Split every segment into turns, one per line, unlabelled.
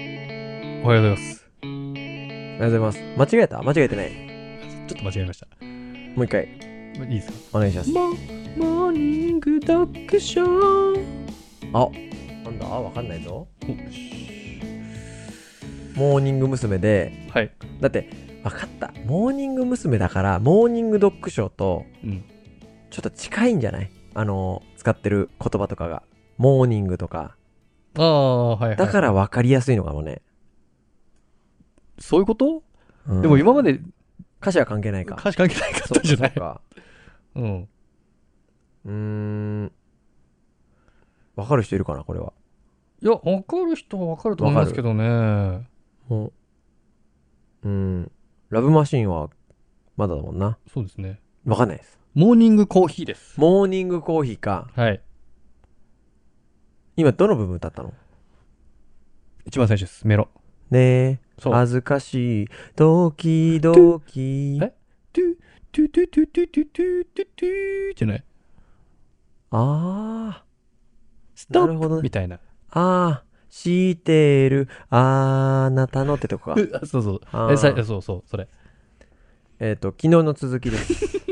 おはようございます。
ありがとうございます。間違えた間違えてない。
ちょっと間違えました。
もう一回、
いいですか
お願いします。
モーニングドッグショー。
あ、なんだわかんないぞ。
おし
モーニング娘。で、
はい。
だって、わかった。モーニング娘。だから、モーニングドッグショーと、
うん。
ちょっと近いんじゃないあの、使ってる言葉とかが。モーニングとか。
ああ、はい、はい。
だからわかりやすいのかもね。
そういうこと、
うん
でも今まで
歌詞は関係ないか。
歌詞関係ないかったじゃない
そうか。
うん。
うーん。わかる人いるかなこれは。
いや、わかる人はわかると思いますけどね。
もう。うん。ラブマシーンは、まだだもんな。
そうですね。
わかんないです。
モーニングコーヒーです。
モーニングコーヒーか。
はい。
今どの部分歌ったの
一番最初です。メロ。
ねえ、
そう。
恥ずかしい、ドキドキ。
えトゥ、トゥトゥトゥトゥトゥトゥトゥトゥじゃない。
あ
スト
なるほ
ッ
ど
プ
ね
みたいな。
あ、ああ、知ってる、あなたのってとこか。
あそうそう。
あ
えさ
ー
そうそう、それ。
えっ、と、昨日の続 きです。
昨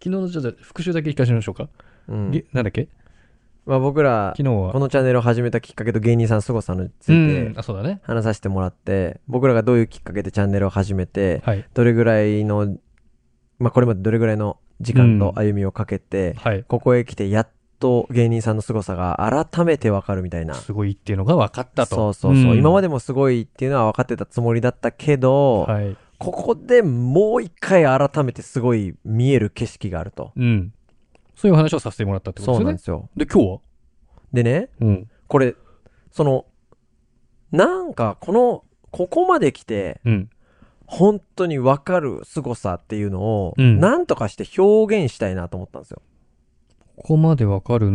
日のちょっと復習だけ聞かせましょうか。
うん
げなんだっけ
まあ、僕ら
昨、日は
こ。のチャンネルを始めたきっかけと芸人さん、凄さんにつ
う
い
ん
て、
あ、そうだね。
話させてもらって、僕らがどういうきっかけでチャンネルを始めて、
はい。
どれぐらいの、まあ、これまでどれぐらいの時間と歩みをかけて、
はい。
ここへ来てやっと芸人さんの凄さが改めてわかるみたいな。
すごいっていうのが分かったと。
そうそうそう、今ま
で
でもすごいっていうのは分かってたつもりだったけど、
はい。
ここでもう一回改めてすごい見える景色があると。
うん。そういう話をさせてもらったってこ
そ
と
う
です
な
よ
ん
ね
で。すよ。
で、今日は
でね、
うん。
これ、その、なんかこの、ここまで来て、
うん。
本当に分かる凄さっていうのを、
うん
なんとかして表現したいなと思ったんですよ。
ここまで分かる。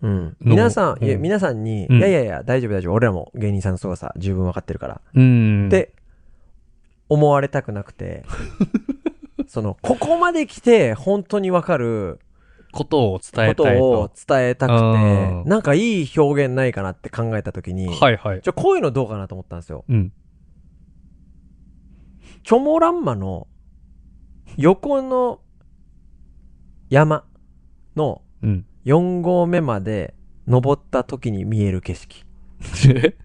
うん、
の
皆さん、いや
うん
皆さんに、
うん
いやいやいや、大丈夫大丈夫、俺らも芸人さんの凄さ十分分かってるから、
うん。
っ、て思われたくな くて、その、ここまで来て本当にわかる
ことを伝
こ
え
と
たい
を
と。
伝えたく
うん
て、なんかいい表現ないかなって考えたときに、
はいはい。
ちょ、こういうのどうかなと思ったんですよ。
うん。
チョモランマの横の山の
うん。
4合目まで登った時に見える景色。
え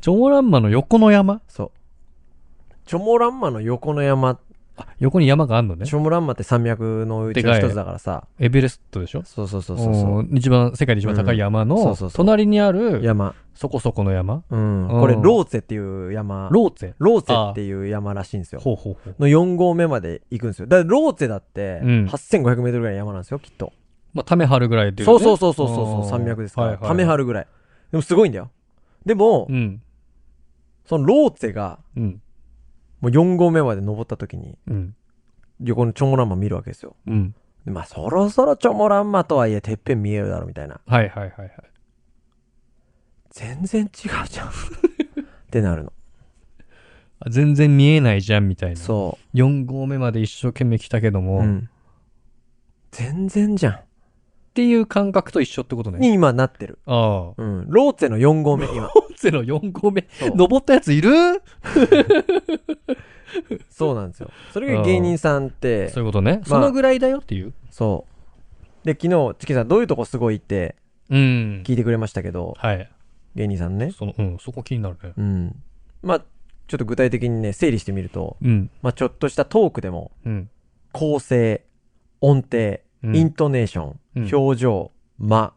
チョモランマの横の山
そう。チョモランマの横の山、
あ、横に山があるのね
チ。ョモランマって山脈のうちの一つだからさ、
エベレストでしょ
そうそうそうそうそう。
おー一番、世界で一番高い山
うんそ
の
うそうそう、
隣にある、
山。
そこそこの山
うん。
うん
これ、ローツェっていう山。ロ
ローツェ。
ーツェっていう山らしいんですよ。
ほうほうほう。
の4合目まで行くんですよ。だからローツェだって、
うん
8500メートルぐらいの山なんですよ、きっと。
まあ、タメ張るぐらいで、ね。
そうそうそうそうそう、
あー
山脈ですか
はい
ら。
はいはい
ため張るぐらい。でもすごいんだよ。でも
う、ん。
そのローツェが、
うん。
もう4合目まで登った時に、
うん。
横のチョモランマ見るわけですよ。
うん。
でまあ、そろそろチョモランマとはいえ、てっぺん見えるだろ、みたいな。
はいはいはいはい。
全然違うじゃん。 ってなるの。
あ全然見えないじゃんみたいな。
そ
4合目まで一生懸命来たけど
う。
も、
う
っ
ん。全然じゃん。
ていう感覚と一緒ってことね。
に今なってる。
ああ。
うん。ローツェの4合目、今。
ローツェの4合目
そ、う
登ったやついる
そうなんですよ。それが芸人さんって
そ、ういうことね。
ま
そ
あ
のぐらいだよっていう。
そう。で、昨日、チキさん、どういうとこすごいって
うん。
聞いてくれましたけど、
はい。
芸人さんね。
その、うん、そこ気になるね。
うん。まあ、ちょっと具体的にね、整理してみると、
うん。
まあ、ちょっとしたトークでも、
うん。
構成、音程、
うん
イントネーショ
うん
ン、表情、間。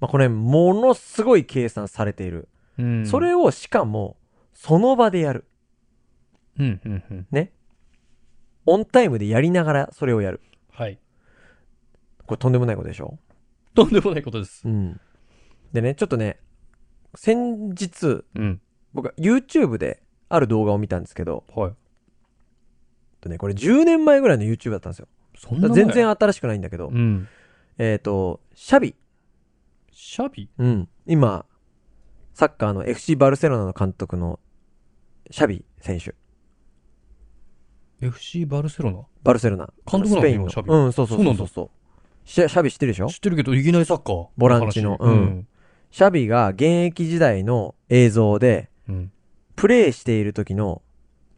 まあ、これ、ものすごい計算されている。
うん。
それを、しかも、その場でやる。
うん、うん、うん。
オンタイムでやりながら、それをやる。
はい。
これ、とんでもないことでしょ
とんでもないことです。
うん。でね、ちょっとね、先日、
うん。
僕は YouTube である動画を見たんですけど、
はい。
えっとね、これ10年前ぐらいの YouTube だったんですよ。
そんな
だから
前
全然新しくないんだけど、
うん。
えっ、と、シャビ。
シャビ
うん。今、サッカーの FC バルセロナの監督のシャビ選手。
?FC バルセロ
バルセロナ。
監督なの
スペインの。
今シャビ
うん、そうそうそうそう
そう
そうシャシャビ知ってるでしょ
ナ知ってるけど、いきなりサッカー。
ボランチの
話
うんシャビが現役時代の映像で、
うん。
プレイしている時の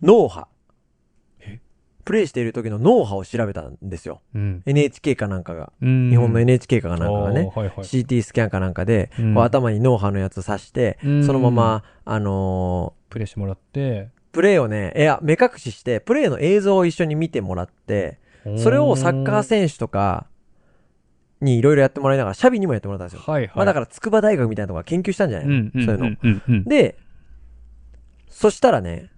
脳波
え。
プレイしている時の脳波を調べたんですよ。
うん。
NHK かなんかが。
日
日本の NHK かなんかがね、
はいはい。
CT スキャンかなんかで、
うん
こう頭に脳波のやつ刺して、
うん
そのまま、あの
プレイしてもらって、
ープレーをね、いや、目隠しして、プレーの映像を一緒に見てもらって、それをサッカー選手とかにいろいろやってもらいながら、シャビにもやってもらったんですよ。
はいはい。、
まあだからら、筑波大学みたいなとこが研究したんじゃない
うんうんう
の、
ん、
そういうの。
うんうん
で、そしたらね、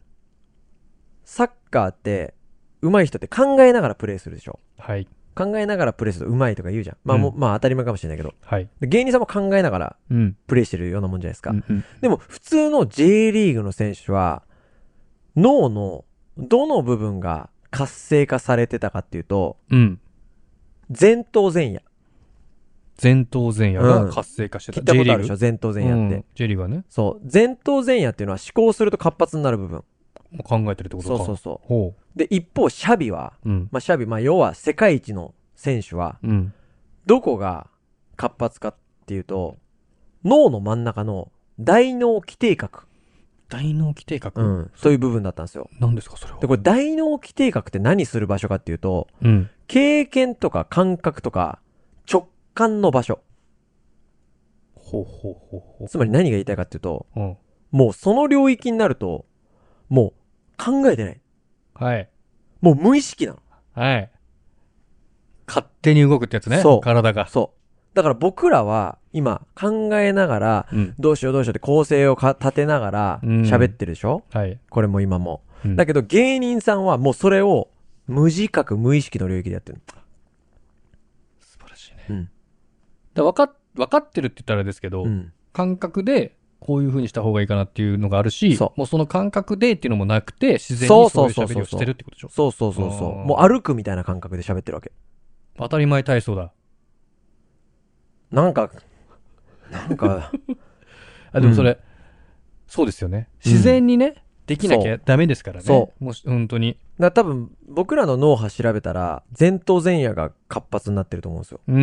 サッカーって、上手い人って考えながらプレーするでしょ。
はい
考えながらプレーすると上手いとか言うじゃん。まあ、も
う
うまあ当たり前かもしれないけど。
はい。
で芸人さんも考えながら
うん。
プレイしてるようなもんじゃないですか。
うんうん
でも普通の J リーグの選手は脳のどの部分が活性化されてたかっていうと
うん。
前頭前野。
前頭前野が活性化して
聞
た。
いたことあるでし
J
ょ前頭前
リーグ
野って、
うん J リーグはね、
そう。前頭前野っていうのは思考すると活発になる部分。
もう考えてるってこと
そ
か。
うそうそ
ほ
う。で、一方、シャビは、
う。うん。
まあ、シャビ、まあ、要は世界一の選手は、
うん。
どこが活発かっていうと、脳の真ん中の大脳基底核、
大脳基底核、
うん、という部分だったんですよ。
何ですか、それは
で、。これ大脳基底核って何する場所かっていうと、
うん。
経験とか感覚とか直感の場所。
ほうほうほうほう。
つまり何が言いたいかっていうと、
うん。
もうその領域になると、もう考えてない。
はい。
もう無意識なの。
はい。勝手に動くってやつね。
そう
体が。
そう。だから僕らは今考えながら、
うん。
どうしようどうしようって構成をか立てながら
うん
喋ってるでしょ、
はい。
これも今も。
うん
だけど芸人さんはもうそれを無自覚無意識の領域でやってる。
素晴らしいね。
うん
だ分かっ、分かってるって言ったらあれですけど、
うん。
感覚で、こういう風にした方がいいかなっていうのがあるし、
そう
もうその感覚でっていうのもなくて、自然
そう
に
そ
そうういう
そうそう
喋りをしてるってことでしょ
そうそうそうそう。
あー
もう歩くみたいな感覚で喋ってるわけ。
当たり前体操だ。
なんか、なんか、
あ、でもそれ、そうですよね。自然にね、できなきゃダメですからね。。
そう
もし、本当に。
だから多分僕らの脳波調べたら前頭前野が活発になってると思うんですよ。
うー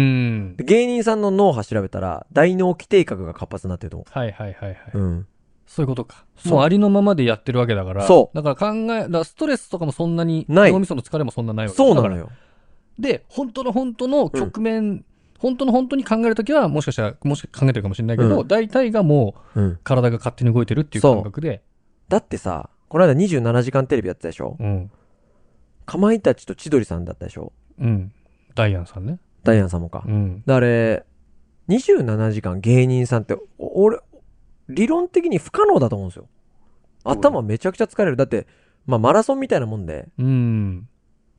ん
で。芸人さんの脳波調べたら大脳基底核が活発になってると思
はいはいはいはい。
う。うん。
そういうことか。
そう
もうありのままでやってるわけだから。。
そう
だから考え、だからストレスとかもそんなに、
ない
脳みその疲れもそんなないわけ
そう
だ
なの
から
よ。
で、本当の本当の局面、本当の本当に考えるときは、もしかしたら、もしか考えてるかもしれないけど、
うん
大体がもう
うん。
体が勝手に動いてるっていう
そう
感覚で。
だってさ、この間27時間テレビやってたでしょ
うん。
かまいたちと千鳥さんだったでしょ
うん。ダイアンさんね。
ダイアンさんもか
う。ん。
であれ、27時間芸人さんって、お俺、理論的に不可能だと思うんですよ。頭めちゃくちゃ疲れる。だって、まあマラソンみたいなもんで、
うん。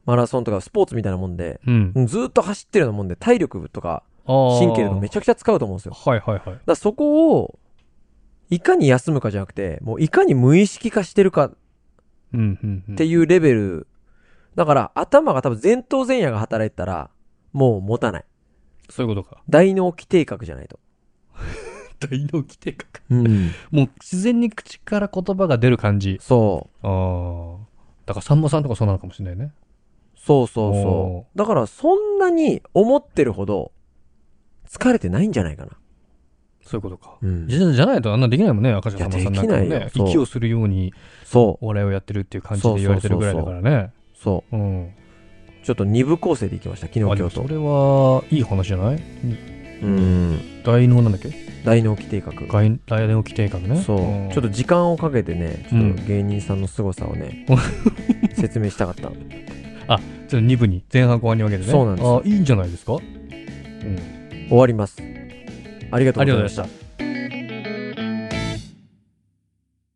マラソンとかスポーツみたいなもんで、
うん。
ずっと走ってるようなもんで、体力とか神
神
経とかめちゃくちゃ使うと思うんですよ。だか
はいはいはい。
らそこを、いかに休むかじゃなくて、もういかに無意識化してるかっ
うんうん、うん。
ていうレベル。だから頭が多分前頭前野が働いてたら、もう持たない。
そういうことか。
大脳基底核じゃないと。
大脳規定か。
うん。
もう自然に口から言葉が出る感じ。
そう。
ああ。だからさんまさんとかそうなのかもしれないね。
そうそうそ
お
う。だからそんなに思ってるほど疲れてないんじゃないかな。
そういうことか。
うん
じゃじゃないとあんなできないもんね、赤ちゃんさんまさんなんかも
いやできないよ
ね。
そう
息をするように
そう、
お笑いをやってるっていう感じで言われてるぐらいだからね。
そ
うん。
う。ちょっと二部構成でいきました、昨日、
あ、
今
でも
日
そ
と。
れはいい話じゃない
うん。
大脳なんだっけ
大脳基底核。
外大脳規定感ね。
そう、
ん
ちょっと時間をかけてね、ちょっと
う
芸人さんの凄さをね、説明したかった。
ちょっと2部に、前半後半に分けてね。
そうなんですよ
あ、いいんじゃないですかうん。あり
終わります。ありがとう
がと
ご
うご
ざ
ざ
い
い
ま
ま
し
したた。。